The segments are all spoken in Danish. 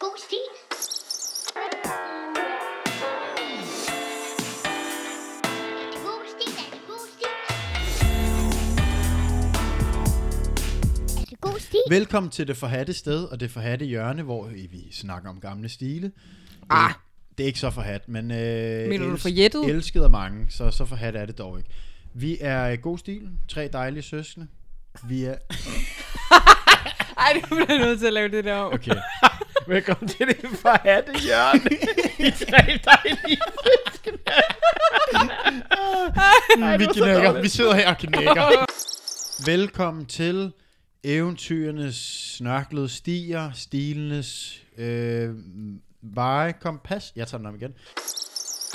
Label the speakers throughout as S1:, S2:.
S1: Boosty.
S2: Velkommen til det forhatte sted og det forhatte hjørne, hvor vi snakker om gamle stile.
S3: Ah.
S2: Det er ikke så forhat, men... Øh,
S3: Mener du
S2: els-
S3: forjættet?
S2: Elsket af mange, så så forhat er det dog ikke. Vi er i god stil, tre dejlige søskende. Vi er...
S3: Ej, du bliver nødt til at lave det der om.
S2: Okay.
S4: Velkommen til det forhatte hjørne. I tre dejlige søskende.
S2: vi,
S4: det var så
S2: knækker.
S4: dårligt.
S2: vi sidder her og knækker. Velkommen til eventyrenes snørklede stier, stilenes øh, veje, kompas. Jeg tager den om igen.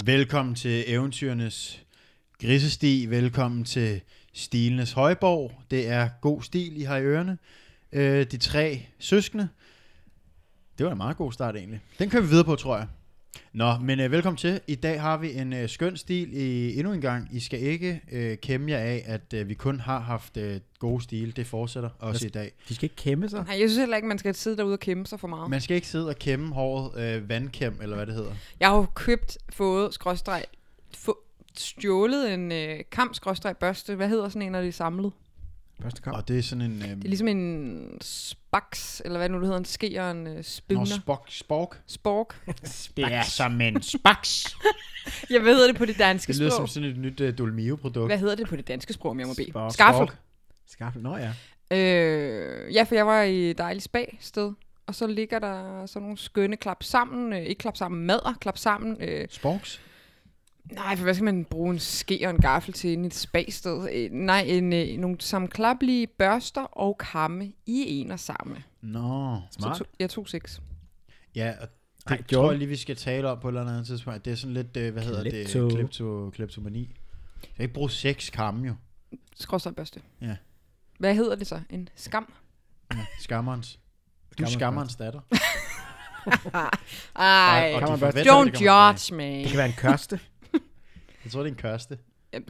S2: Velkommen til eventyrenes grisesti. Velkommen til stilenes højborg. Det er god stil, I har i ørerne. Øh, de tre søskende. Det var en meget god start egentlig. Den kører vi videre på, tror jeg. Nå, men øh, velkommen til. I dag har vi en øh, skøn stil i, endnu en gang. I skal ikke øh, kæmme jer af, at øh, vi kun har haft øh, gode stil. Det fortsætter også i dag.
S4: De skal ikke kæmpe sig.
S3: Nej, jeg synes heller ikke, man skal sidde derude og kæmpe sig for meget. Men.
S2: Man skal ikke sidde og kæmme håret øh, vandkæm, eller hvad det hedder.
S3: Jeg har jo købt, fået, skråstreg, få, stjålet en øh, kamp, skråstreg, børste. Hvad hedder sådan en, når det er samlet?
S4: Første kamp.
S2: Og det er sådan en... Øh,
S3: Det er ligesom en spaks, eller hvad nu det hedder, en ske og en øh,
S2: Nå,
S3: spinner.
S2: spork, spork.
S3: Spork.
S4: Det er som en spaks.
S3: Jeg ved det på det danske
S2: Det lyder
S3: sprog.
S2: som sådan et nyt øh, Dolmio-produkt.
S3: Hvad hedder det på det danske sprog, om jeg må bede?
S4: Spork.
S3: Skaffel.
S2: Spork.
S4: Skaffel, nå ja.
S3: Øh, ja, for jeg var i et dejligt spa-sted, og så ligger der sådan nogle skønne klap sammen, øh, ikke klap sammen, mader, klap sammen. Øh,
S2: Sporks?
S3: nej, for hvad skal man bruge en ske og en gaffel til inde i et spa-sted? Øh, nej, en, øh, nogle sammenklappelige børster og kamme i en og samme.
S2: Nå.
S4: Smart.
S3: Så to, jeg tog seks.
S2: Ja, og
S4: Ej,
S2: det Ej, tror
S4: gjorde
S2: jeg lige, vi skal tale om på et eller andet tidspunkt. Det er sådan lidt, øh, hvad hedder
S4: Klepto.
S2: det? Klepto, kleptomani. Jeg kan ikke bruge seks kamme jo.
S3: Skråstrej børste.
S2: Ja.
S3: Hvad hedder det så? En skam?
S2: Ja, skammerens. Du er
S4: Skammerens
S2: skammerens datter.
S3: Ej,
S2: Og- og de
S4: Kammerbørste.
S2: forventer, at det
S3: don't
S2: kommer tilbage.
S3: judge me.
S4: Det kan være en kørste.
S2: Jeg tror, det er en kørste.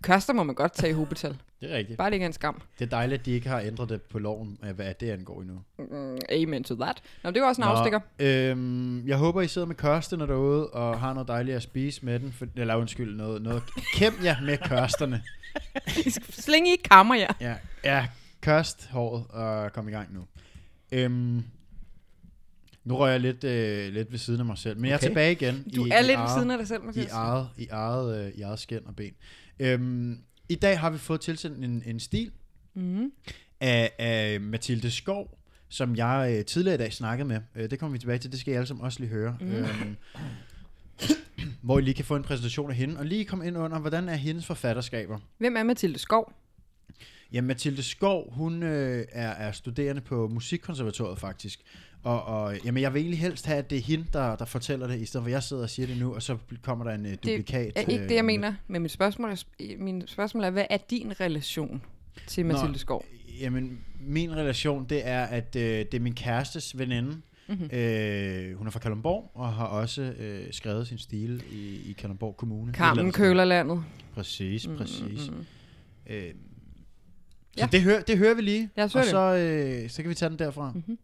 S3: Koster må man godt tage i hobetal.
S2: Det er rigtigt.
S3: Bare det ikke er en skam.
S2: Det er dejligt, at de ikke har ændret det på loven, øh, hvad det angår endnu.
S3: Mm, amen to that. Nå, det var også en afstikker.
S2: øhm, jeg håber, I sidder med kørsterne derude, og har noget dejligt at spise med den. For, eller undskyld, noget, noget. Kæm jer med kørsterne.
S3: Sling I ikke kammer jer.
S2: Ja, ja kørst håret og kom i gang nu. Øhm, nu rører jeg lidt, øh, lidt ved siden af mig selv, men okay. jeg
S4: Okay.
S2: er tilbage igen.
S3: Du er lidt ved siden af dig selv,
S2: I
S3: Mathias.
S2: eget, i eget, øh, i eget skin og ben. Øhm, I dag har vi fået tilsendt en, en stil
S3: Mm.
S2: af, af Mathilde Skov, som jeg øh, tidligere i dag snakkede med. Øh, det kommer vi tilbage til, det skal I alle sammen også lige høre.
S3: Mhm.
S2: Mm. Øhm, hvor I lige kan få en præsentation af hende, og lige komme ind under, hvordan er hendes forfatterskaber.
S3: Hvem er Mathilde Skov?
S2: Ja, Mathilde Skov, hun øh, er, er studerende på Musikkonservatoriet faktisk. Og, og jamen, jeg vil egentlig helst have, at det er hende, der, der fortæller det, i stedet for at jeg sidder og siger det nu, og så kommer der en øh, duplikat.
S3: det er ikke
S2: øh,
S3: det, jeg
S2: med-
S3: mener. Men mit spørgsmål er, min spørgsmål er hvad er din relation til Mathilde Skov?
S2: Jamen, min relation, det er, at øh, det er min kærestes veninde.
S3: Mhm.
S2: Mm-hmm. Øh, hun er fra Kalundborg, og har også øh, skrevet sin stil i, i Kalundborg Kommune. Et eller
S3: Carmen
S2: andet sted.
S3: Kølerlandet.
S2: Præcis,
S3: Mm, Mhm,
S2: præcis. Mm-hmm. Øh, så
S3: Ja.
S2: ja. det, hører, det hører vi lige,
S3: Lad os høre
S2: og
S3: det. Mhm.
S2: så, øh, så kan vi tage den derfra. Mm-hmm.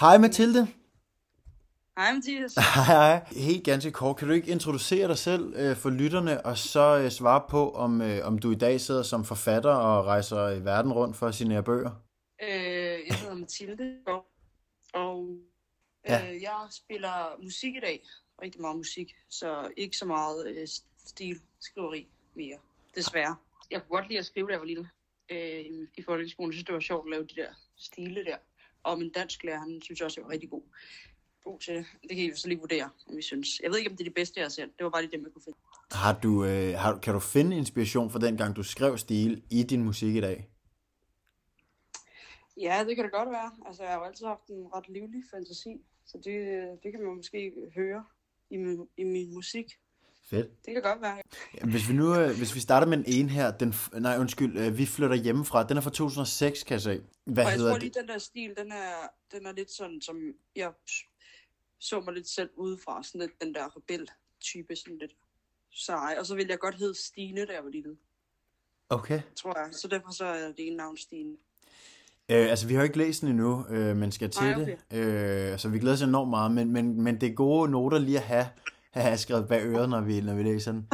S5: Hej Mathilde.
S6: Hej Mathias.
S2: Hej, Helt ganske kort, kan du ikke introducere dig selv øh, for lytterne, og så øh, svare på, om, øh, om du i dag sidder som forfatter og rejser i verden rundt for at signere bøger?
S6: øh, jeg hedder Mathilde, og, og
S2: Ja.
S6: øh, jeg spiller musik i dag. Rigtig meget musik, så ikke så meget øh, stilskriveri mere, desværre. Jeg kunne godt lide at skrive, da jeg var lille øh, i folkeskolen. Jeg synes, det var sjovt at lave de der stile der. Og min dansklærer, han synes også, jeg var rigtig god, god til det. Det kan I jo så lige vurdere, om I synes. Jeg ved ikke, om det er det bedste, jeg har sendt. Det var bare lige dem, jeg kunne finde.
S2: Har du, øh, har, kan du finde inspiration fra dengang, du skrev stil i din musik i dag?
S6: Ja, det kan det godt være. Altså, jeg har jo altid haft en ret livlig fantasi, så det, det kan man måske høre i min, i min musik.
S2: Fedt.
S6: Det kan godt være.
S2: Hvis vi nu øh, hvis vi starter med den ene her, den, f- nej undskyld, øh, vi flytter hjemmefra, den er fra 2006, kan jeg se. Hvad
S6: og jeg
S2: hedder
S6: tror
S2: det?
S6: lige, den der stil, den er, den er lidt sådan, som jeg så mig lidt selv udefra. Sådan lidt den der rebel-type, sådan lidt sej. Og så ville jeg godt hedde Stine, da jeg var lille,
S2: Okay.
S6: tror jeg. Så derfor så er det ene navn Stine.
S2: Øh, altså, vi har jo ikke læst den endnu, øh, men skal til
S6: Nej,
S2: Ej, okay. det. Øh, så vi glæder os enormt meget, men, men, men det er gode noter lige at have, have skrevet bag øret, når vi, når vi læser den.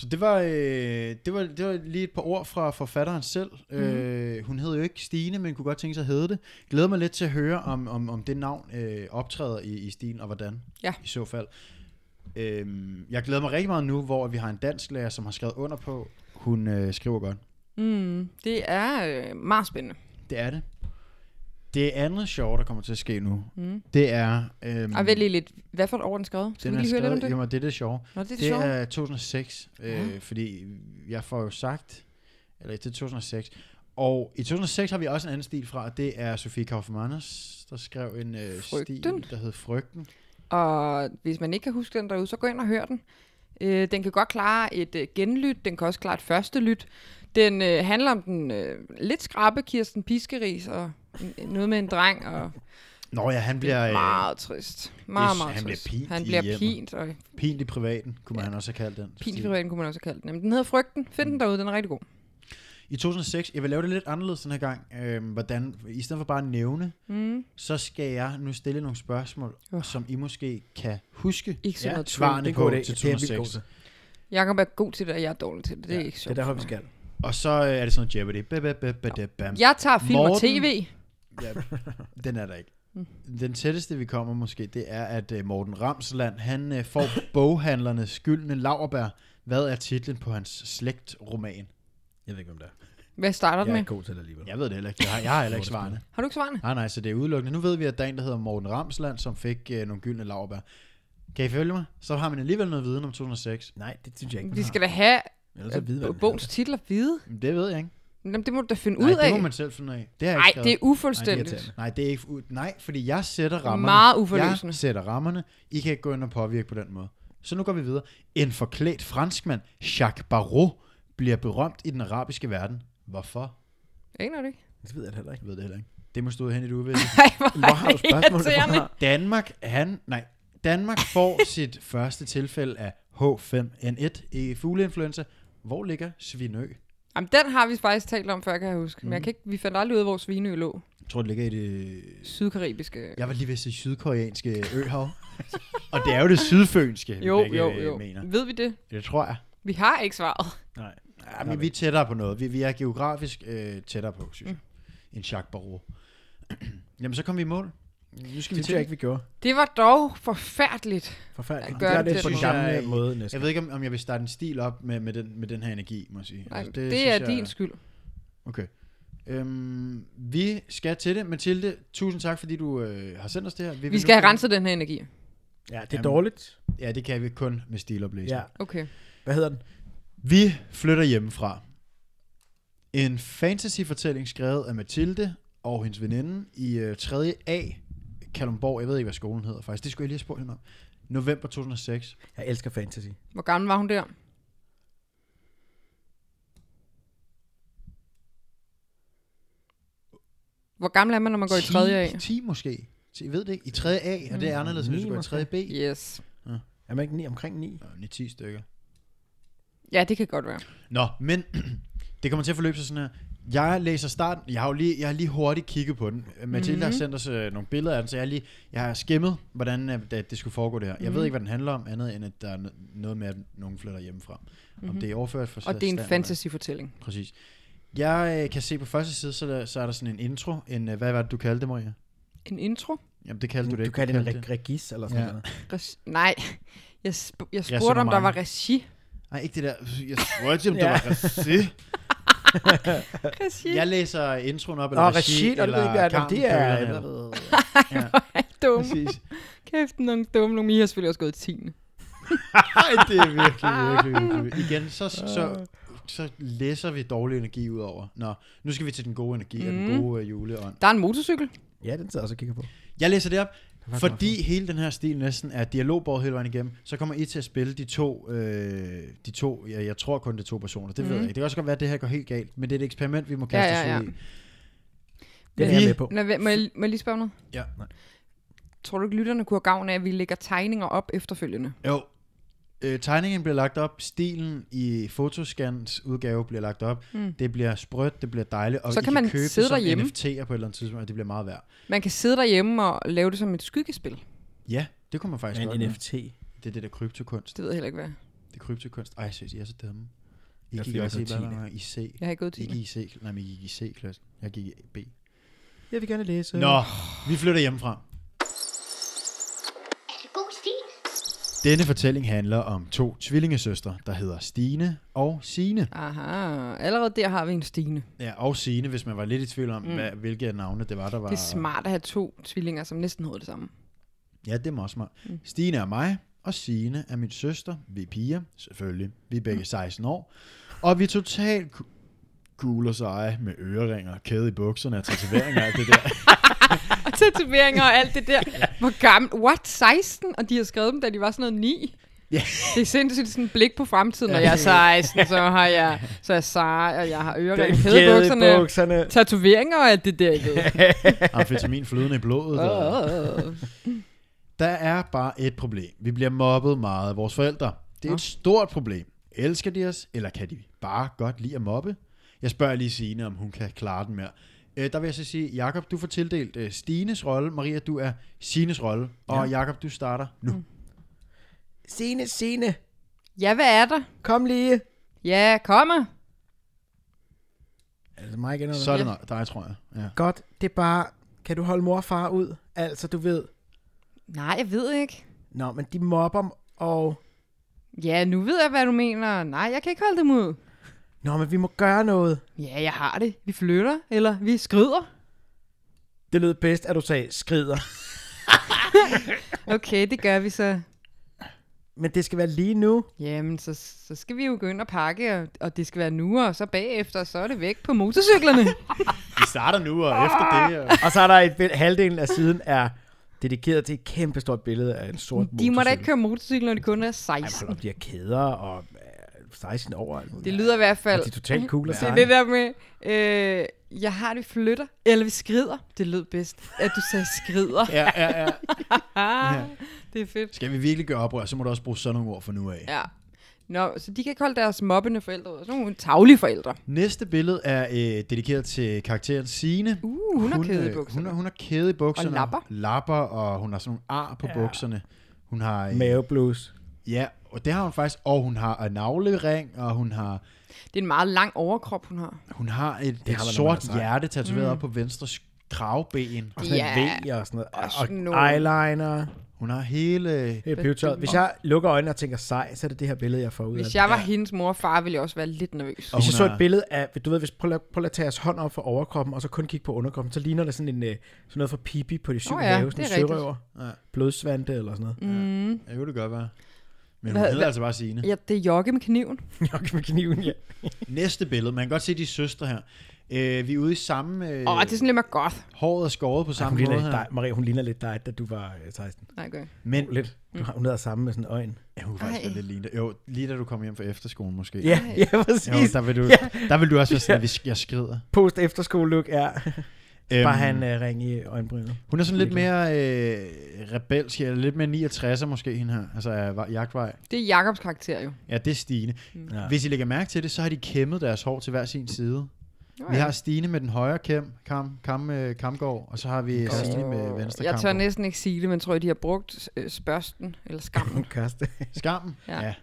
S2: Så det var, øh, det, var, det var lige et par ord fra forfatteren selv. Mm. Øh, hun hed jo ikke Stine, men kunne godt tænke sig at hedde det. Glæder mig lidt til at høre, om, om, om det navn øh, optræder i, i Stine, og hvordan
S3: Ja.
S2: i så fald. Øhm, jeg glæder mig rigtig meget nu, hvor vi har en dansklærer, som har skrevet under på. Hun øh, skriver godt.
S3: Mm, det er øh, meget spændende.
S2: Det er det. Det andet sjove, der kommer til at ske nu, mm. det er... Øhm,
S3: Og vent lige lidt. Hvad for et år er den skrevet? Skal
S2: den er
S3: vi lige høre lidt om
S2: skrevet,
S3: det?
S2: jamen, det er det sjove.
S3: Nå, det er det,
S2: Det
S3: sjove.
S2: er 2006, øh, fordi jeg får jo sagt, eller det er 2006, og i 2006 har vi også en anden stil fra, og det er Sofie Kaufmannes, der skrev en øh, stil,
S3: Frygten.
S2: der hed Frygten.
S3: Og hvis man ikke kan huske den derude, så gå ind og hør den. Øh, den kan godt klare et øh, genlyt, den kan også klare et første lyt. Den øh, handler om den øh, lidt skrappe Kirsten Piskeris og en- noget med en dreng, og
S2: Nå ja, han
S3: det er
S2: bliver øh,
S3: meget trist. Meget,
S2: det-
S3: meget
S2: han bliver
S3: trist.
S2: pint
S3: han
S2: i
S3: bliver
S2: hjemmet.
S3: pint, og
S2: øh, pint i privaten, kunne man også have kaldt den.
S3: pint i
S2: stil.
S3: privaten kunne man også kalde den. Men den hedder Frygten. Find den derude, den er rigtig god.
S2: I 2006, jeg vil lave det lidt anderledes den her gang, øh, hvordan, i stedet for bare at nævne, mm. så skal jeg nu stille nogle spørgsmål,
S3: Åh.
S2: som I måske kan huske
S3: Ikke sådan noget
S4: Det er
S2: svarene
S4: en god
S2: på
S4: idé.
S2: til
S4: Det er en vildt god
S2: 2006.
S4: til.
S3: Jakob er god til det, og jeg er dårlig til det. Det er ikke
S4: Det er
S3: sjovt.
S4: derfor,
S3: for
S4: vi skal.
S2: Og så øh, er det sådan noget Jeopardy. Ba, ba, ba, ba, da, bam.
S3: mig. Jeg tager film og
S2: Morten.
S3: tv.
S2: Ja, den er der ikke.
S3: Mm.
S2: Den tætteste, vi kommer måske, det er, at øh, Morten Ramsland, han øh, får boghandlernes skyldne laverbær. Hvad er titlen på hans slægtroman?
S4: Jeg ved ikke, om det er.
S3: Hvad starter den
S4: Jeg er
S3: med?
S4: ikke god til det alligevel.
S2: Jeg ved det heller ikke. Jeg har, jeg har heller ikke svarene.
S3: Har du ikke svarene?
S2: Ah, Nej, nej, så det er udelukkende. Nu ved vi, at der er en, der hedder Morten Ramsland, som fik øh, nogle gyldne laverbær. Kan I følge mig? Så har man alligevel noget viden om 2006.
S4: Nej, det synes jeg ikke.
S3: Vi skal da have
S4: Ellers så vide, hvad den
S3: bogens titler vide.
S2: Men det ved jeg ikke.
S3: Jamen, det må du da finde
S2: Nej,
S3: ud af.
S2: det må man selv finde ud af. Det har jeg
S3: Nej,
S2: ikke
S3: det
S2: skrevet.
S3: er ufuldstændigt.
S4: irriterende.
S2: Nej, det er ikke... u- Nej, fordi jeg sætter rammerne.
S3: Meget uforløsende.
S2: Jeg sætter rammerne. I kan ikke gå ind og påvirke på den måde. Så nu går vi videre. En forklædt franskmand, Jacques Barrault, bliver berømt i den arabiske verden. Hvorfor?
S3: jeg aner det ikke.
S4: Det ved jeg det heller ikke.
S2: Jeg ved det heller ikke. Det må stå hen i det uvisse.
S3: Ej, hvor
S4: Hvor har
S3: er
S4: du
S3: det
S4: spørgsmålet
S3: irriterende.
S4: fra?
S2: Danmark, han, nej, Danmark får sit første tilfælde af H5N1 i fugleinfluenza. Hvor ligger Svinø?
S3: Jamen, den har vi faktisk talt om før, kan jeg huske. Men jeg kan ikke, vi fandt aldrig ud af, hvor Svinø lå.
S2: Jeg tror, det ligger i det...
S3: Sydkaribiske.
S2: Jeg var lige ved at sige sydkoreanske øhav. Og det er jo det sydfønske, vi
S3: jo,
S2: begge,
S3: jo,
S2: øh,
S3: jo.
S2: mener.
S3: Ved vi det?
S2: Det tror jeg.
S3: Vi har ikke svaret.
S4: Nej.
S2: Ja, men vi er tættere på noget. Vi, vi er geografisk øh, tættere på, synes jeg, mm. end Jacques Barrault. Jamen, så kom vi i mål. Nu skal vi
S4: Det synes
S2: til.
S4: jeg
S2: Jeg,
S4: ikke, vi gjorde.
S3: Det var dog forfærdeligt.
S4: Forfærdeligt.
S3: Gør
S4: Det er
S3: det
S4: lidt på
S3: til
S4: den
S2: den.
S4: gamle
S2: Jeg-
S4: måde næsten.
S2: jeg ved ikke, om, om jeg vil starte en stil op med, med, den, med den her energi, må jeg sige.
S3: Nej,
S2: Altså,
S3: det, det
S2: synes
S3: er
S2: jeg-
S3: din skyld.
S2: Okay. Øhm, vi skal til det. Mathilde, tusind tak, fordi du øh, har sendt os det her.
S3: Vi
S2: vil
S3: skal
S2: nu
S3: have
S2: kun-
S3: renset den her energi.
S4: Ja, det er
S2: Jamen.
S4: dårligt.
S2: Ja, det kan vi kun med stiloplæsning.
S4: Ja.
S2: Ja.
S3: Okay.
S4: Hvad hedder den?
S2: Vi flytter hjemmefra. En fantasyfortælling skrevet af Mathilde og hendes veninde i øh, 3. A. Kalumborg, jeg ved ikke, hvad skolen hedder faktisk. Det skulle jeg lige have spurgt hende om. November 2006.
S4: Jeg elsker fantasy.
S3: Hvor gammel var hun der? Hvor gammel er man, når man går i
S2: 10,
S3: 3. A? Mm,
S2: 10 måske. 10, jeg ved det ikke. I 3. A, og det er anderledes, end hvis du
S4: Ni
S2: går i
S4: måske.
S2: 3. B. Yeah.
S3: Yes.
S4: Er man ikke ni, omkring ni?
S2: Nå, 10 stykker.
S3: Ja, det kan godt være.
S2: Nå, men det kommer til at forløbe sig sådan her. Jeg læser starten. Jeg har jo lige, jeg har lige hurtigt kigget på den. Mathilde mm-hmm. har sendt os øh, nogle billeder af den, så jeg har, lige, jeg har skimmet, hvordan øh, det, det skulle foregå det her. Jeg ved ikke, hvad den handler om, andet end, at der er no- noget med, at nogen flytter hjemmefra. Mm-hmm. Om det er overført for
S3: Og det er en
S2: standard.
S3: fantasy-fortælling.
S2: Præcis. Jeg øh, kan se på første side, så, der, så er der sådan en intro. En, øh, hvad var det, du kaldte det, Maria?
S3: En intro?
S2: Jamen, det kaldte du det
S4: Du
S2: ikke.
S4: kan det en
S2: kaldte
S4: reg- regis eller sådan
S2: Ja.
S4: noget.
S3: Regi- Nej, jeg, sp- jeg
S2: Ja,
S3: spurgte, om der
S2: mange.
S3: var regi.
S2: Nej, ikke det der. Jeg spurgte, om det
S4: Ja.
S2: var regi.
S3: Regi?
S2: Jeg læser introen op,
S4: Nå,
S2: eller
S4: Rashid, og det ved jeg ikke, hvad det er.
S2: Carmen Køller, eller-
S3: er dum.
S2: Præcis.
S3: Kæft, nogle dumme. Nogle I har selvfølgelig også gået i 10.
S2: Ej, det er virkelig, virkelig, virkelig. Igen, så, så, så læser vi dårlig energi ud over. Nå, nu skal vi til den gode energi og den gode øh, juleånd.
S3: Der er en motorcykel.
S4: Ja, den sidder jeg også og kigger på.
S2: Jeg læser det op, fordi hele den her stil næsten er dialogbåret hele vejen igennem, så kommer I til at spille de to, øh, de to jeg, jeg tror kun det er to personer, det mm. ved jeg ikke. Det kan også godt være, at det her går helt galt, men det er et eksperiment, vi må kaste
S3: Ja, ja,
S2: os ud
S3: ja.
S2: i.
S4: Den er
S2: Vi-
S4: jeg med på.
S3: Nå, hvad- må, jeg, må jeg lige spørge om noget?
S2: Ja.
S3: Tror du ikke, lytterne kunne have gavn af, at vi lægger tegninger op efterfølgende?
S2: Jo, Øh, tegningen bliver lagt op, stilen i Fotoscans udgave bliver lagt op. Mm. Det bliver sprødt, det bliver dejligt, og
S3: Så
S2: I
S3: kan man
S2: købe
S3: sidde
S2: det som
S3: derhjemme.
S2: NFT'er på et eller andet tidspunkt, og det bliver meget værd.
S3: Man kan sidde derhjemme og lave det som et skyggespil.
S2: Ja, det kunne man faktisk godt.
S4: Men
S2: gøre.
S4: NFT.
S2: Det er det der kryptokunst.
S3: Det ved jeg heller ikke, hvad.
S2: Det er kryptokunst. Ej, jeg synes, I er så dumme. I
S4: Jeg
S2: gik
S4: fik
S2: også i,
S4: også
S2: hvad
S4: tiende.
S2: var I C?
S3: Jeg har ikke gået til
S2: Ikke
S3: det.
S2: i C, nej, men I gik i C-klassen. Jeg gik i B.
S4: Jeg vil gerne læse.
S2: Nå, vi flytter hjemmefra. Denne fortælling handler om to tvillingesøstre, der hedder Stine og Sine.
S3: Aha, allerede der har vi en Stine.
S2: Ja, og Sine, hvis man var lidt i tvivl om, mm. hvad, hvilke af navne det var, der var.
S3: Det er smart at have to tvillinger, som næsten hedder det samme.
S2: Ja, det er meget smart. Mm. Stine er mig, og Sine er min søster. Vi er piger, selvfølgelig. Vi er begge 16 år. Og vi er totalt ku- cool og seje med øreringer, kæde i bukserne og tatoveringer og alt det der.
S3: Og tatoveringer og alt det der. Hvor gammel? What? 16? Og de har skrevet dem, da de var sådan noget 9?
S2: Ja.
S3: Det er sindssygt sådan et blik på fremtiden, når jeg er 16, så har jeg, så er jeg Sara, og jeg har
S4: Den
S3: ørering,
S4: kæde i
S3: kædebukserne,
S4: bukserne.
S3: tatoveringer og alt det der. I ved.
S2: Amfetamin flydende i blodet. Og...
S3: Åh, åh.
S2: Der er bare et problem. Vi bliver mobbet meget af vores forældre. Det er et stort problem. Elsker de os, eller kan de bare godt lide at mobbe? Jeg spørger lige Signe, om hun kan klare den mere. Øh, der vil jeg så sige, Jakob, du får tildelt øh, Stines rolle. Maria, du er Sines rolle. Og Jakob, du starter nu. Mm.
S4: Sine, Sine,
S3: Ja, hvad er der?
S4: kom lige.
S3: Ja, kommer.
S4: Er det Altså, mig igen? Eller?
S2: Så er det nok dig, tror jeg. Ja.
S4: Godt, det er bare, kan du holde mor og far ud? Altså, du ved.
S3: Nej, jeg ved ikke.
S4: Nå, men de mobber, og...
S3: Ja, nu ved jeg, hvad du mener. Nej, jeg kan ikke holde dem ud.
S4: Nå, men vi må gøre noget.
S3: Ja, jeg har det. Vi flytter, eller vi skrider.
S4: Det lød bedst, at du sagde skrider.
S3: Okay, det gør vi så.
S4: Men det skal være lige nu.
S3: Jamen, så, så skal vi jo gå ind og pakke, og, og det skal være nu, og så bagefter, så er det væk på motorcyklerne.
S2: Vi starter nu, og efter det... Og...
S4: Og så er der et bill- halvdelen af siden er dedikeret til et kæmpestort billede af en sort
S3: De må da
S4: motorcykel.
S3: ikke køre motorcykel, når de kun er
S4: Ej, hold
S3: 16.
S4: op, de har kæder og øh, 16 år. og alt muligt.
S3: Det lyder i hvert fald...
S4: Og de er totalt cool og
S3: Det er
S4: seje.
S3: det der med, øh, jeg har det, vi flytter, eller vi skrider. Det lød bedst, at du sagde skrider.
S2: Ja, ja, ja.
S3: Ah, det er fedt.
S2: Skal vi virkelig gøre oprør, så må du også bruge sådan nogle ord for nu af.
S3: Ja. Nå, så de kan ikke holde deres mobbende forældre ud. Sådan nogle taglige forældre.
S2: Næste billede er øh, dedikeret til karakteren Sine.
S3: Uh, hun har kæde i
S2: øh,
S3: bukserne.
S2: Hun, har- hun har kæde i bukserne.
S3: Og lapper.
S2: Lapper, og hun har sådan nogle ar på ja. bukserne. Hun har... Øh,
S4: Maveblues.
S2: ja, og det har hun faktisk. Og hun har en navlering, og hun har,
S3: Det er en meget lang overkrop, hun har.
S2: hun har et,
S4: har
S2: et
S4: man, når man er
S2: sort
S4: streng.
S2: hjerte tatoveret mm. op på venstre sk- kravben.
S4: Og sådan
S3: Ja.
S4: en V og sådan noget. Og, og
S3: sådan nogle-
S4: eyeliner.
S2: Hun har hele...
S4: Det er pivetøjet. Hvis jeg lukker øjnene og tænker sej, så er det det her billede, jeg får ud af
S3: Hvis
S4: det.
S3: jeg var hendes mor og far, ville jeg også være lidt nervøs.
S2: Og
S4: Hvis jeg
S2: hun
S4: så
S2: har-
S4: et billede af, du ved, hvis prøv, at- prøv at tage jeres hånd op for overkroppen, og så kun kigge på underkroppen, så ligner det sådan, en, øh, sådan noget fra Pippi på de syv
S3: Åh
S4: oh,
S3: ja,
S4: ja, have, sådan en
S3: det er rigtigt.
S4: sørøver,
S2: Ja.
S4: ja. blodsvante eller sådan noget. Mm.
S2: Ja, det kunne det godt være. Men hun
S3: Hvad-
S2: hedder
S3: hvad-
S2: altså bare Signe.
S3: Ja, det er jogge med kniven.
S4: Nok med kniven, ja.
S2: Næste billede. Man kan godt se de søstre her. Øh, vi er ude i samme... Øh,
S3: Åh, oh, det er sådan lidt mere godt.
S2: Håret er skåret på
S4: Hun
S2: samme
S4: ligner
S2: måde
S4: lidt
S2: her.
S4: dig, Maria, hun ligner lidt dig, da du var øh, 16.
S3: Nej, okay.
S2: Men
S4: Lidt. Du har, hun hedder samme med sådan en øjne.
S2: ja, hun er faktisk
S3: Ej.
S2: være lidt lignende. Jo, lige da du kom hjem fra efterskolen måske.
S4: Ja, ja,
S2: Jo,
S4: præcis.
S2: der vil du,
S4: Ja.
S2: der vil du også være sådan, at vi sk- jeg skrider.
S4: Post efterskole look er
S2: Øhm,
S4: bare han øh, ring i øjenbrynet.
S2: Hun er sådan lidt mere øh, rebelsk, eller lidt mere 69'er måske, hende her. Altså af va- jagtvej.
S3: Det er Jakobs karakter jo.
S2: Ja, det er Stine. Ja.
S3: Mm.
S4: Ja.
S2: Hvis I lægger mærke til det, så har de kæmmet deres hår til hver sin side.
S3: Nå
S2: Vi
S3: ja.
S2: har Stine med den højre kæm, kam, kam, øh, kamgård, og så har vi oh. Stine med venstre
S3: Jeg tør
S2: kamgård.
S3: næsten ikke sige det, men tror jeg, de har brugt øh, spørsten, eller skammen.
S4: Hun kaster.
S2: Skammen?
S3: Ja.
S2: ja.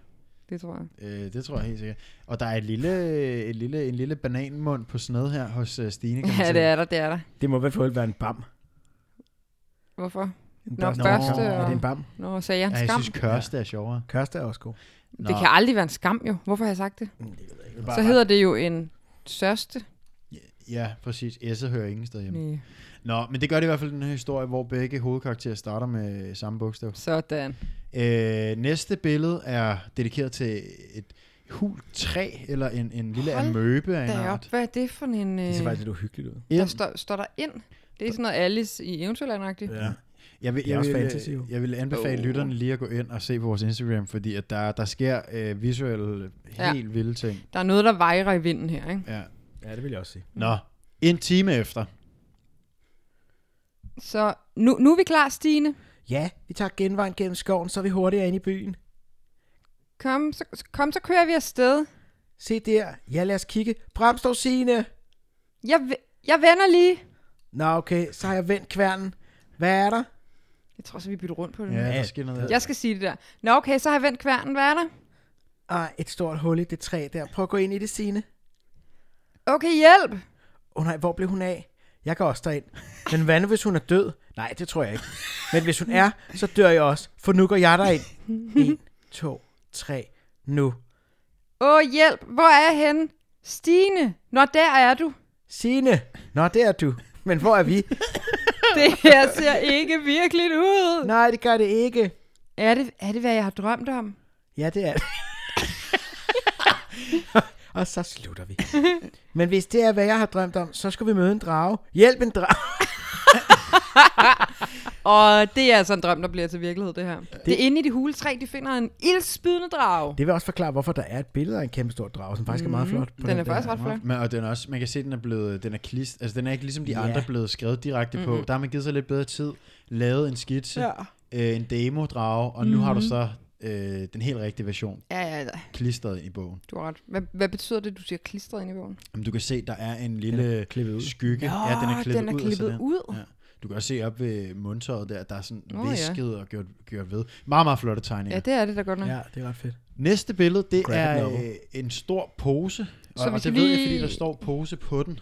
S3: Det tror jeg.
S2: Øh, det tror jeg helt sikkert. Og der er et lille, et lille, en lille bananmund på sned her hos øh, Stine. Kan man
S3: Ja,
S2: se.
S3: det er der, det er der.
S4: Det må i hvert fald være en bam.
S3: Hvorfor?
S4: En
S3: Nå,
S4: børste.
S3: børste
S4: Er
S3: og-
S4: det en bam?
S3: Nå, sagde jeg
S2: Ja,
S3: en
S2: jeg
S3: skam?
S2: synes, kørste er sjovere.
S4: Kørste er også god. Mm,
S3: Det
S2: Nå.
S3: kan aldrig være en skam jo. Hvorfor har jeg sagt det?
S4: Bare-
S3: Så hedder det jo en sørste.
S2: Ja, præcis. S'et hører ingen sted hjemme.
S3: Næh.
S2: Nå, men det gør det i hvert fald i den her historie, hvor begge hovedkarakterer starter med samme bogstav.
S3: Sådan.
S2: Øh, næste billede er dedikeret til et hul træ, eller en, en lille
S3: Hold
S2: amøbe af en
S3: Deroppe,
S2: art.
S3: hvad er det for en...
S4: Det ser
S3: Øh,
S4: faktisk lidt uhyggeligt ud.
S3: der
S2: Ind.
S3: står, står der ind. Det er sådan noget Alice i eventyrlandagtigt.
S4: Ja.
S2: Jeg vil,
S4: Det er
S2: jeg,
S4: også
S2: vil,
S4: fantasy, jo.
S2: øh, jeg vil anbefale
S3: Oh.
S2: oh. lytterne lige at gå ind og se på vores Instagram, fordi at der, der sker øh, visuelle
S3: Ja. Mm.
S2: helt ja. vilde ting.
S3: Der er noget, der vejrer i vinden her, ikke?
S2: Ja.
S4: Ja, det vil jeg også sige.
S2: Nå, en time efter.
S3: Så nu, nu er vi klar, Stine.
S4: Ja, vi tager genvejen gennem skoven, så er vi hurtigere ind i byen.
S3: Kom så, kom, så kører vi afsted.
S4: Se der. Ja, lad os kigge. Brems dog, Signe.
S3: Jeg, ve- jeg vender lige.
S4: Nå, okay. Så har jeg vendt kværnen. Hvad er der?
S3: Jeg tror så, vi bytter rundt på det.
S2: Ja,
S3: Ja.
S2: der sker noget.
S3: Jeg skal sige det der. Nå, okay, så har jeg vendt kværnen. Hvad er der?
S4: Ah, et stort hul i det træ der. Prøv at gå ind i det, Signe.
S3: Okay, hjælp.
S4: Åh oh, nej, hvor blev hun af? Jeg går også derind. Men hvad nu, hvis hun er død? Nej, det tror jeg ikke. Men hvis hun er, så dør jeg også, for nu går jeg derind. 1, 2, 3, nu.
S3: Åh, hjælp. Hvor er jeg henne? Stine. Nå, der er du.
S4: Signe, nå det er du. Men hvor er vi?
S3: Det her ser ikke virkeligt ud.
S4: Nej, det gør det ikke.
S3: Er det, er det, hvad jeg har drømt om?
S4: Ja, det er det. Og så slutter vi. Men hvis det er, hvad jeg har drømt om, så skal vi møde en drage. Hjælp en drage.
S3: Og det er altså en drøm, der bliver til virkelighed, det her. Det, det er inde i det huletræ, de finder en ildspydende drage.
S4: Det vil også forklare, hvorfor der er et billede af en kæmpe stor drage, som faktisk er meget flot. på
S3: Mm. Den er
S4: der.
S3: faktisk ret flot.
S2: Men, og den er også, man kan se, at den er blevet, den er klist, altså den er ikke ligesom de
S4: Ja.
S2: andre blevet skrevet direkte på. Der har man givet sig lidt bedre tid, lavet en skitse,
S3: Mm-hmm. Ja. Mm-hmm.
S2: øh, en demo drage, og nu har du så øh, den helt rigtige version
S3: Ja, ja, ja.
S2: klistret i bogen.
S3: Du har ret. Hvad, hvad betyder det, du siger klistret ind i bogen?
S2: Jamen, du kan se, der er en lille
S4: klippet ud.
S2: skygge. ja, den er
S3: Nå,
S2: klippet,
S3: Ah, den er
S2: ud, og så
S3: klippet
S2: der.
S3: ud.
S2: Ja. Du kan også se op ved mundtøjet der, der er sådan
S3: Nå,
S2: oh,
S3: ja.
S2: visket ja. og gjort, gjort ved. Meget, meget flotte tegninger.
S3: Ja, det er det da godt nok.
S4: Ja, det er ret fedt.
S2: Næste billede, det er
S4: Graphic novel.
S2: øh, en stor pose. Og,
S3: Så vi
S2: og
S3: skal
S2: det ved jeg,
S3: lige-
S2: fordi der står pose på den.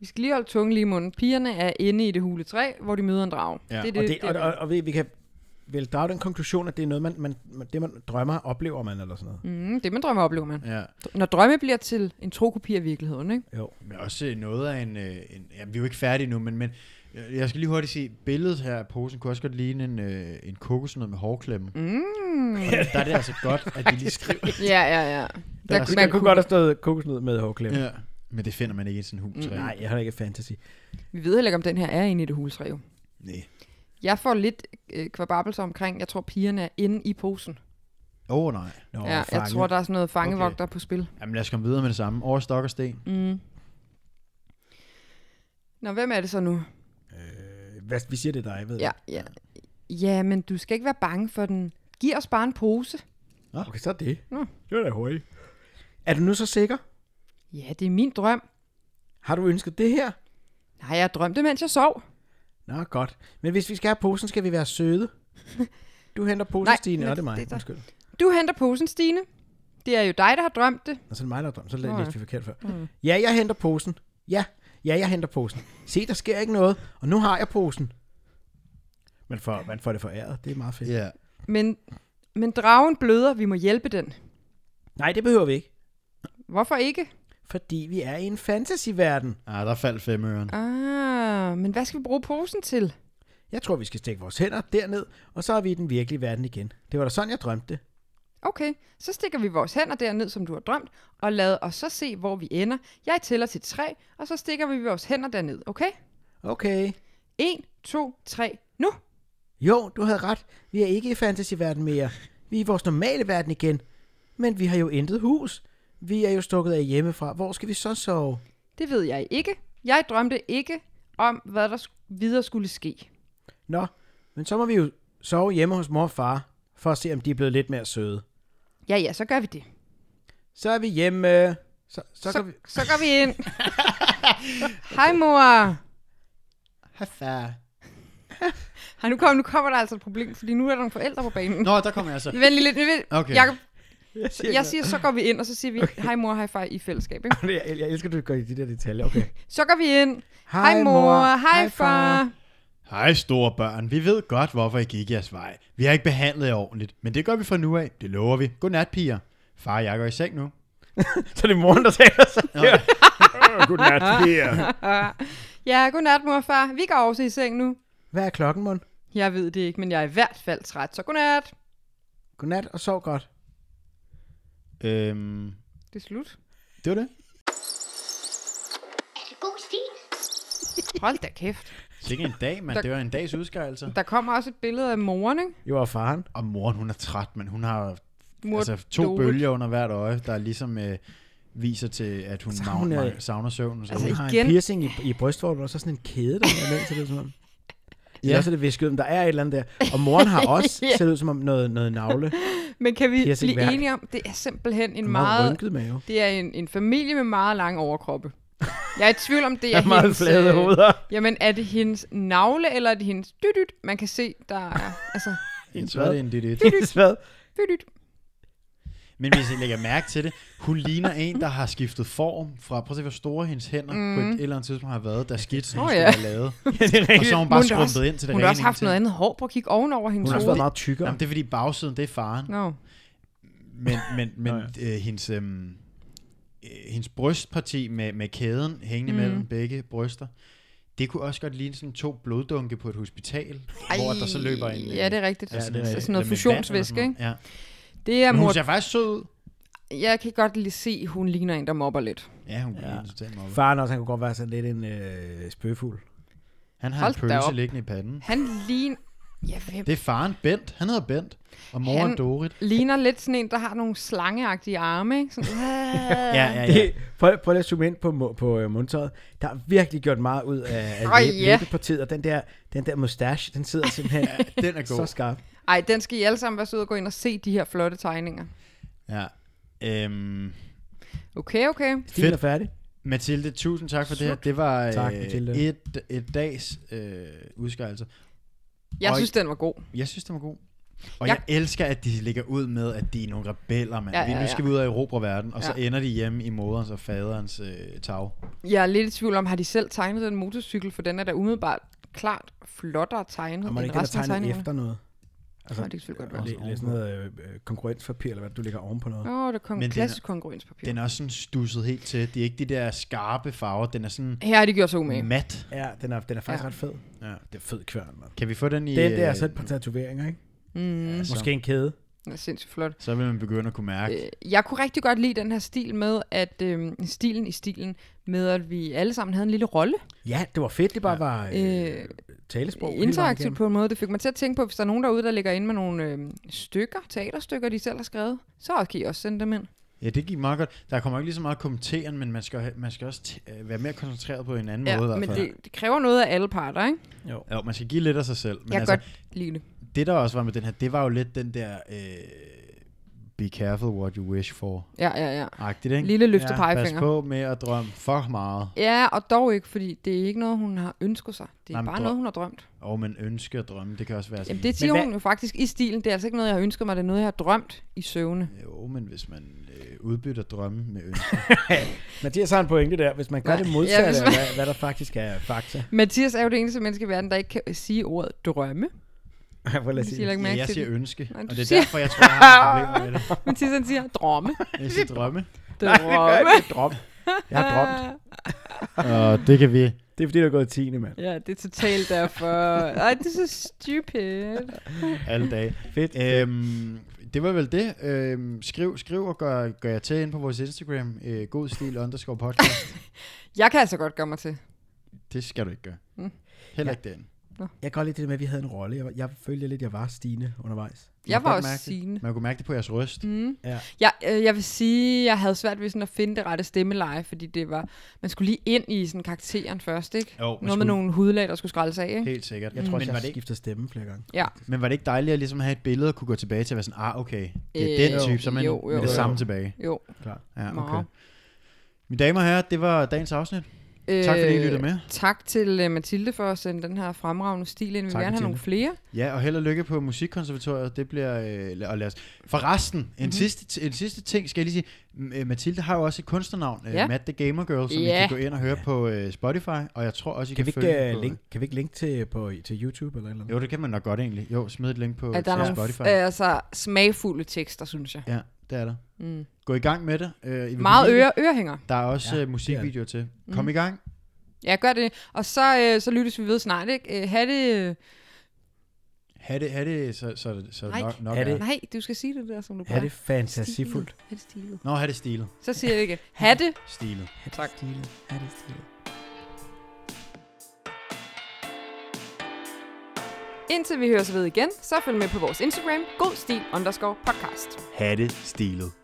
S3: Vi skal lige holde tungen lige i munden. Pigerne er inde i det hule træ, hvor de møder en drag.
S2: Ja,
S3: det, er
S4: Og, det, og, og, og vi, vi kan vel drage den konklusion, at det er noget, man, man, man- det man oplever, oplever man, eller sådan noget.
S3: Mm, det man drømmer oplever man.
S2: Ja.
S3: Når drømme bliver til en tro kopi af virkeligheden, ikke?
S4: Jo.
S2: Men også øh, noget af en... Øh, en ja, vi er jo ikke færdige nu, men, men øh, jeg skal lige hurtigt sige, billedet her af posen kunne også godt ligne en, øh, en kokosnød med hårklemme. Mm. Og der er det altså godt, at de lige skriver.
S3: Ja, ja, ja.
S2: Der er-
S4: Man kunne godt have stået kokosnød med hårklemme. Ja.
S2: Ja. Men det finder man ikke i sådan en hus. Mm.
S4: Nej, jeg har ikke fantasy.
S3: Vi ved heller ikke, om den her er inde i det hule træ. jo.
S2: Nej.
S3: Jeg får lidt øh, kvababelser omkring, jeg tror, pigerne er inde i posen.
S2: Åh, oh, nej.
S4: Nå,
S3: ja, jeg tror, der er sådan noget fangevogter okay. på spil.
S2: Jamen lad os komme videre med det samme. Over stok og sten.
S3: Mm. Nå, hvem er det så nu?
S4: Øh, Hvad, vi siger det er dig, ved
S3: Ja,
S4: jeg.
S3: ja. ja, men du skal ikke være bange for den. Giv os bare en pose.
S4: Okay, så er det.
S3: Nå.
S4: Det var da hurtigt. Er du nu så sikker?
S3: Ja, det er min drøm.
S4: Har du ønsket det her?
S3: Nej, jeg drømte, mens jeg sov.
S4: Nå, godt. Men hvis vi skal have posen, skal vi være søde. Du henter posen,
S3: Nej,
S4: Stine. Nå,
S3: men
S4: det er mig.
S3: det er dig.
S4: Undskyld.
S3: Du henter posen, Stine. Det er jo dig, der har drømt det.
S4: Og så er det mig, der har drømt. Så
S3: Nå,
S4: Nå,
S3: ja.
S4: læste vi forkert før. Mm. Ja, jeg henter posen. Ja, ja, jeg henter posen. Se, der sker ikke noget, og nu har jeg posen. Man får, man får det foræret. Det er meget fedt. Yeah.
S2: Ja.
S3: Men, men dragen bløder, vi må hjælpe den.
S4: Nej, det behøver vi ikke.
S3: Hvorfor ikke?
S4: Fordi vi er i en fantasyverden.
S2: Ah, der faldt femøren.
S3: Ah, men hvad skal vi bruge posen til?
S4: Jeg tror, vi skal stikke vores hænder derned, og så er vi i den virkelige verden igen. Det var da sådan, jeg drømte det.
S3: Okay, så stikker vi vores hænder derned, som du har drømt, og lad os så se, hvor vi ender. Jeg tæller til tre, og så stikker vi vores hænder derned, okay?
S4: Okay.
S3: 1, 2, 3, nu!
S4: Jo, du havde ret. Vi er ikke i fantasyverden mere. Vi er i vores normale verden igen. Men vi har jo intet hus. Vi er jo stukket af hjemmefra. Hvor skal vi så sove?
S3: Det ved jeg ikke. Jeg drømte ikke om, hvad der sk- videre skulle ske.
S4: Nå, men så må vi jo sove hjemme hos mor og far, for at se, om de er blevet lidt mere søde.
S3: Ja, ja, så gør vi det.
S4: Så er vi hjemme. Så, så,
S3: Så,
S4: så... Kan vi...
S3: så går vi ind. Hej mor!
S2: Hej far.
S3: Hej, nu, kom, nu kommer der altså et problem, fordi nu er der nogle forældre på banen.
S2: Nå, der kommer jeg altså. så.
S3: Vent lige lidt. Vent.
S2: Okay.
S3: Jacob, jeg siger, så går vi ind, og så siger vi, okay. hej mor, hej far, i fællesskab. Ikke?
S4: Jeg, jeg elsker, at du går i de der detaljer. Okay.
S3: Så går vi ind. Hej mor, hej far.
S2: Hej store børn, vi ved godt, hvorfor I gik jeres vej. Vi har ikke behandlet jer ordentligt, men det gør vi fra nu af, det lover vi. Godnat, piger. Far, jeg går i seng nu.
S4: Så det er moren, der taler så. Godnat, piger.
S3: Ja, godnat mor og far. Vi går også i seng nu.
S4: Hvad er klokken, mon?
S3: Jeg ved det ikke, men jeg er i hvert fald træt, så godnat.
S4: Godnat og sov godt.
S2: Øhm,
S3: Det er slut.
S2: det var det.
S1: God stil.
S3: Hold da kæft.
S2: Sikke en dag, mand. Det var en dags udskejelse.
S3: Der kommer også et billede af moren, ikke?
S4: Jo, og faren.
S2: Og moren, hun er træt, men hun har
S3: Mor
S2: altså, to
S3: Dorrit.
S2: bølger under hvert øje, der ligesom øh, viser til, at hun
S4: hun
S2: savner,
S4: er-
S2: savner søvnen. Så
S3: Altså,
S4: Hun har
S3: igen.
S4: en piercing i, i brystvorten, og så sådan en kæde, der er med til det, som om. Ja.
S2: Ja.
S4: Også er det visket, men der er et eller andet der. Og moren har også,
S3: Ja.
S4: ser det ud som om noget, noget navle.
S3: Men kan vi
S4: Piercing
S3: blive
S4: værk.
S3: enige om, det er simpelthen en
S4: Du har
S3: meget...
S4: rynket mave.
S3: Det er en, en familie med meget lange overkroppe. Jeg er i tvivl om, det er,
S4: Jeg er meget
S3: hendes,
S4: flade
S3: øh,
S4: hoveder.
S3: Jamen, er det hendes navle, eller er det hendes dydyt? Man kan se, der er... Altså,
S2: Så er det en dit
S4: Hvad?
S3: dydyt.
S2: Men hvis I lægger mærke til det, hun ligner en, der har skiftet form fra, prøv at se, hvor store hendes hænder mm. på et eller andet tidspunkt har været, da skitsen
S3: Åh,
S2: oh,
S3: ja.
S2: ja. skulle have lavet.
S4: Ja, det er
S2: Og
S4: rigtigt.
S2: så har hun
S3: Hun
S2: bare
S3: har da også-
S2: skrumpet ind til det
S3: Hun har
S2: rene
S3: også haft
S2: indtil-
S3: noget andet hår på at kigge ovenover hendes
S4: Hun har også
S3: hoved.
S4: været meget tykkere.
S2: Jamen, det er fordi bagsiden, det er faren.
S3: Nå,
S2: Men, men, men
S4: Nå,
S2: øh, hendes, øh, hendes brystparti med, med kæden hængende mm. mellem begge bryster, det kunne også godt ligne sådan to bloddunke på et hospital, Ej, hvor der så løber en... øh,
S3: Ja, det er rigtigt.
S2: ja, det er rigtigt.
S3: sådan
S2: Eller
S3: noget
S2: med vand eller
S3: fusionsvæske,
S2: sådan noget.
S3: ikke?
S2: Ja.
S3: Det er
S2: Men
S3: mor...
S2: hun ser faktisk sød ud.
S3: Jeg kan godt lige se, hun ligner en, der mobber lidt.
S2: Ja, hun
S4: Ja.
S2: ja. totalt meget.
S4: Faren også, han kunne godt være sådan lidt en øh, spøgefugl.
S2: Han har
S3: Hold
S2: en
S3: da
S2: pølse
S3: op.
S2: liggende i panden.
S3: Han ligner... Ja, hvem
S2: Det er faren Bent. Han hedder Bent. Og moren
S3: Han-
S2: Dorit.
S3: ligner lidt sådan en, der har nogle slangeagtige arme, ikke? Sådan, Øh.
S2: Ja, ja, ja.
S4: Det, prøv, prøv lige at zoome ind på, mu- på øh, mundtøjet. Der er virkelig gjort meget ud af, af
S3: Åh,
S4: læ-
S3: ja.
S4: læbepartiet, og den der, den der mustache, den sidder simpelthen
S2: Den er
S4: så
S2: god.
S4: skarp.
S3: Ej, den skal I alle sammen være søde og gå ind og se de her flotte tegninger.
S2: Ja. Øhm,
S3: Okay, okay.
S4: Stilen
S2: Fedt.
S4: er færdig.
S2: Mathilde, tusind tak for det her. Det var
S4: Tak,
S2: øh,
S4: Mathilde.
S2: et, et dags øh, udskørelse.
S3: Jeg
S2: Og-
S3: synes, den var god.
S2: Jeg synes, den var god. Og
S3: Jeg-
S2: jeg, jeg elsker, at de ligger ud med, at de er nogle rebeller, mand.
S3: Ja,
S2: Ja,
S3: ja,
S2: ja,
S3: ja.
S2: Nu skal vi ud af Europa-verden, og ja. så
S3: Ja.
S2: ender de hjemme i moderens og faderens øh, tag.
S3: Jeg er lidt i tvivl om, har de selv tegnet den motorcykel, for den er da umiddelbart klart flottere tegnet
S4: Og man
S3: end
S4: ikke
S3: resten
S4: har
S3: af
S4: tegnet
S3: tegningerne.
S4: efter noget. Altså,
S3: Nå, det kan selvfølgelig godt være.
S4: Og læ- læ- sådan noget øh, øh, konkurrencepapir, eller hvad du lægger oven på noget.
S3: Åh, oh, det kom
S2: Men den er-
S3: klassisk kongruenspapir.
S2: Den er også sådan stusset helt til. Det er ikke de der skarpe farver. Den er sådan
S3: Her har de gjort sig umage.
S2: mat.
S4: Ja, den er, den er faktisk
S3: Ja.
S4: ret fed.
S2: Ja.
S4: Det er fed kværn, mand.
S2: Kan vi få den i...
S4: Den der er
S2: øh,
S4: sådan på tatoveringer, ikke?
S3: Mm,
S2: så-
S4: Måske en kæde.
S3: den er sindssygt flot.
S2: Så vil man begynde at kunne mærke.
S3: Øh, Jeg kunne rigtig godt lide den her stil med, at øh, stilen i stilen med, at vi alle sammen havde en lille rolle.
S4: Ja, det var fedt, det bare var øh,
S3: Øh,
S4: talesprog. hele vejen
S3: interaktivt
S4: igennem.
S3: på en måde. Det fik mig til at tænke på, hvis der er nogen derude, der ligger inde med nogle øh, stykker, teaterstykker, de selv har skrevet, så kan I også sende dem ind.
S2: Ja, det gik meget godt. Der kommer ikke lige så meget kommenteren, men man skal, man skal også t- øh, være mere koncentreret på en anden
S3: Ja,
S2: måde. i
S3: men
S2: hvert fald.
S3: det, det kræver noget af alle parter, ikke?
S4: Jo.
S2: Jo, man skal give lidt af sig selv. Men
S3: Jeg
S2: altså,
S3: kan godt lide det.
S2: det der også var med den her, det var jo lidt den der... Øh, be careful what you wish for.
S3: Ja, ja, ja.
S2: Agtigt, ikke?
S3: Lille løftet
S4: Ja,
S2: Pas
S3: ja, pegefinger.
S2: på med at drømme for meget.
S3: Ja, og dog ikke, fordi det er ikke noget, hun har ønsket sig. Det er
S2: Nej, men
S3: bare
S2: drøm-
S3: noget, hun har drømt.
S2: Og man ønsker at drømme, det kan også være sådan.
S3: Jamen, det siger
S4: hvad-
S3: hun jo faktisk i stilen. Det er altså ikke noget, jeg har ønsket mig. Det er noget, jeg har drømt i søvne.
S2: Jo, men hvis man øh, udbytter drømme med ønsker.
S4: Mathias har en pointe der. Hvis man gør
S3: Nej.
S4: det
S3: Ja,
S4: modsatte
S3: hvis
S4: af,
S3: man-
S4: hvad, hvad der faktisk er fakta.
S3: Mathias er jo det eneste menneske i verden, der ikke kan sige ordet drømme.
S4: Prøv lige at
S3: Det
S4: sige
S3: siger
S4: det.
S3: ikke
S2: ja,
S3: mærke
S2: jeg
S3: til
S2: siger
S3: det.
S2: ønske,
S3: Nej,
S2: og
S3: du
S2: det er
S3: siger-
S2: derfor, jeg tror, jeg har et problem med det.
S3: Mathias han siger drømme.
S2: Jeg siger drømme.
S3: drømme.
S4: Jeg har drømt. Jeg har drømt.
S2: Og det kan vi.
S4: Det er fordi, du er gået i 10. mand.
S3: Ja, det er totalt derfor. Ej, det er så stupid.
S2: alle dage.
S4: Fedt.
S2: Øhm, det var vel det. Øhm, skriv, skriv og gør, gør jeg til ind på vores Instagram. Øh, god stil underscore podcast.
S3: Jeg kan altså godt gøre mig til.
S2: det skal du ikke gøre.
S3: Mm.
S2: Heller ikke den.
S4: Jeg kan godt lide det der med, at vi havde en rolle. Jeg, var- jeg følte lidt, at jeg var Stine undervejs.
S3: Jeg var også sigende.
S2: Man kunne mærke det på jeres røst. Mm.
S3: Jeg, øh, jeg vil sige, jeg havde svært ved sådan at finde det rette stemmeleje, fordi det var, man skulle lige ind i sådan karakteren først, ikke?
S2: Jo, man
S3: Noget med
S2: skulle.
S3: nogle hudlag, der skulle skraldes af, ikke?
S2: Helt sikkert.
S4: Jeg tror
S2: Mm. men,
S4: også,
S2: var
S4: jeg
S2: det
S4: har
S2: ikke,
S4: skiftet stemme flere gange.
S3: Ja.
S2: men var det ikke dejligt at ligesom have et billede og kunne gå tilbage til at være sådan, ah, okay, det er
S3: Øh,
S2: den
S3: jo.
S2: type, så er man
S3: Jo, jo,
S2: med det
S3: jo.
S2: samme tilbage.
S3: Jo.
S4: Klar.
S2: Ja,
S3: Meget.
S2: okay. Mine damer og herrer, det var dagens afsnit.
S3: Øh,
S2: Tak fordi I lyttede med.
S3: Tak til uh, Mathilde for at sende den her fremragende stil ind. Vi vil
S4: Tak,
S3: gerne have nogle flere.
S2: Ja, og held og lykke på Musikkonservatoriet. Det bliver... Øh, la- og lad os. Forresten, en,
S3: Mhm.
S2: mm-hmm. sidste, en sidste ting skal jeg lige sige. M- øh, Mathilde har jo også et kunstnernavn, øh,
S3: Ja.
S2: ja. Matt the Gamer Girl, som
S3: Ja.
S2: I kan gå ind og høre på øh, Spotify, og jeg tror også, I
S4: Kan
S2: kan,
S4: vi
S2: følge
S4: ikke,
S2: hende
S4: uh,
S2: på...
S4: link, kan vi ikke linke til, på, til YouTube eller et eller andet?
S2: Jo, det kan man nok godt egentlig. Jo, smid et link på øh,
S3: At der er
S2: til
S3: nogle
S2: Spotify.
S3: f- altså, smagfulde tekster, synes jeg.
S2: Ja, det er der.
S3: Mm.
S2: Gå i gang med det. Øh, I vil kunne
S3: Meget Mhm.
S2: lide det.
S3: øre, ørehænger.
S2: Der er også
S4: Ja,
S2: ja, musikvideoer til. Kom i gang.
S3: Ja, gør det. Og så, øh, så lyttes vi ved snart, ikke? Øh, ha' det... Øh,
S2: Ha' det, ha' det så, så, så
S3: Nej.
S2: nok, nok
S4: Ha' det.
S2: er.
S3: nej, du skal sige det der, som du
S4: Er
S3: plejer.
S4: det fantasifuldt?
S3: Ha' det stilet.
S2: Nå, ha' det stilet.
S3: Så siger jeg det igen. Ha' det
S2: Stilet.
S3: Tak.
S4: Stilet. Er det stilet?
S3: Indtil vi høres ved igen, så følg med på vores Instagram, godstil underscore podcast.
S2: Ha' det stilet.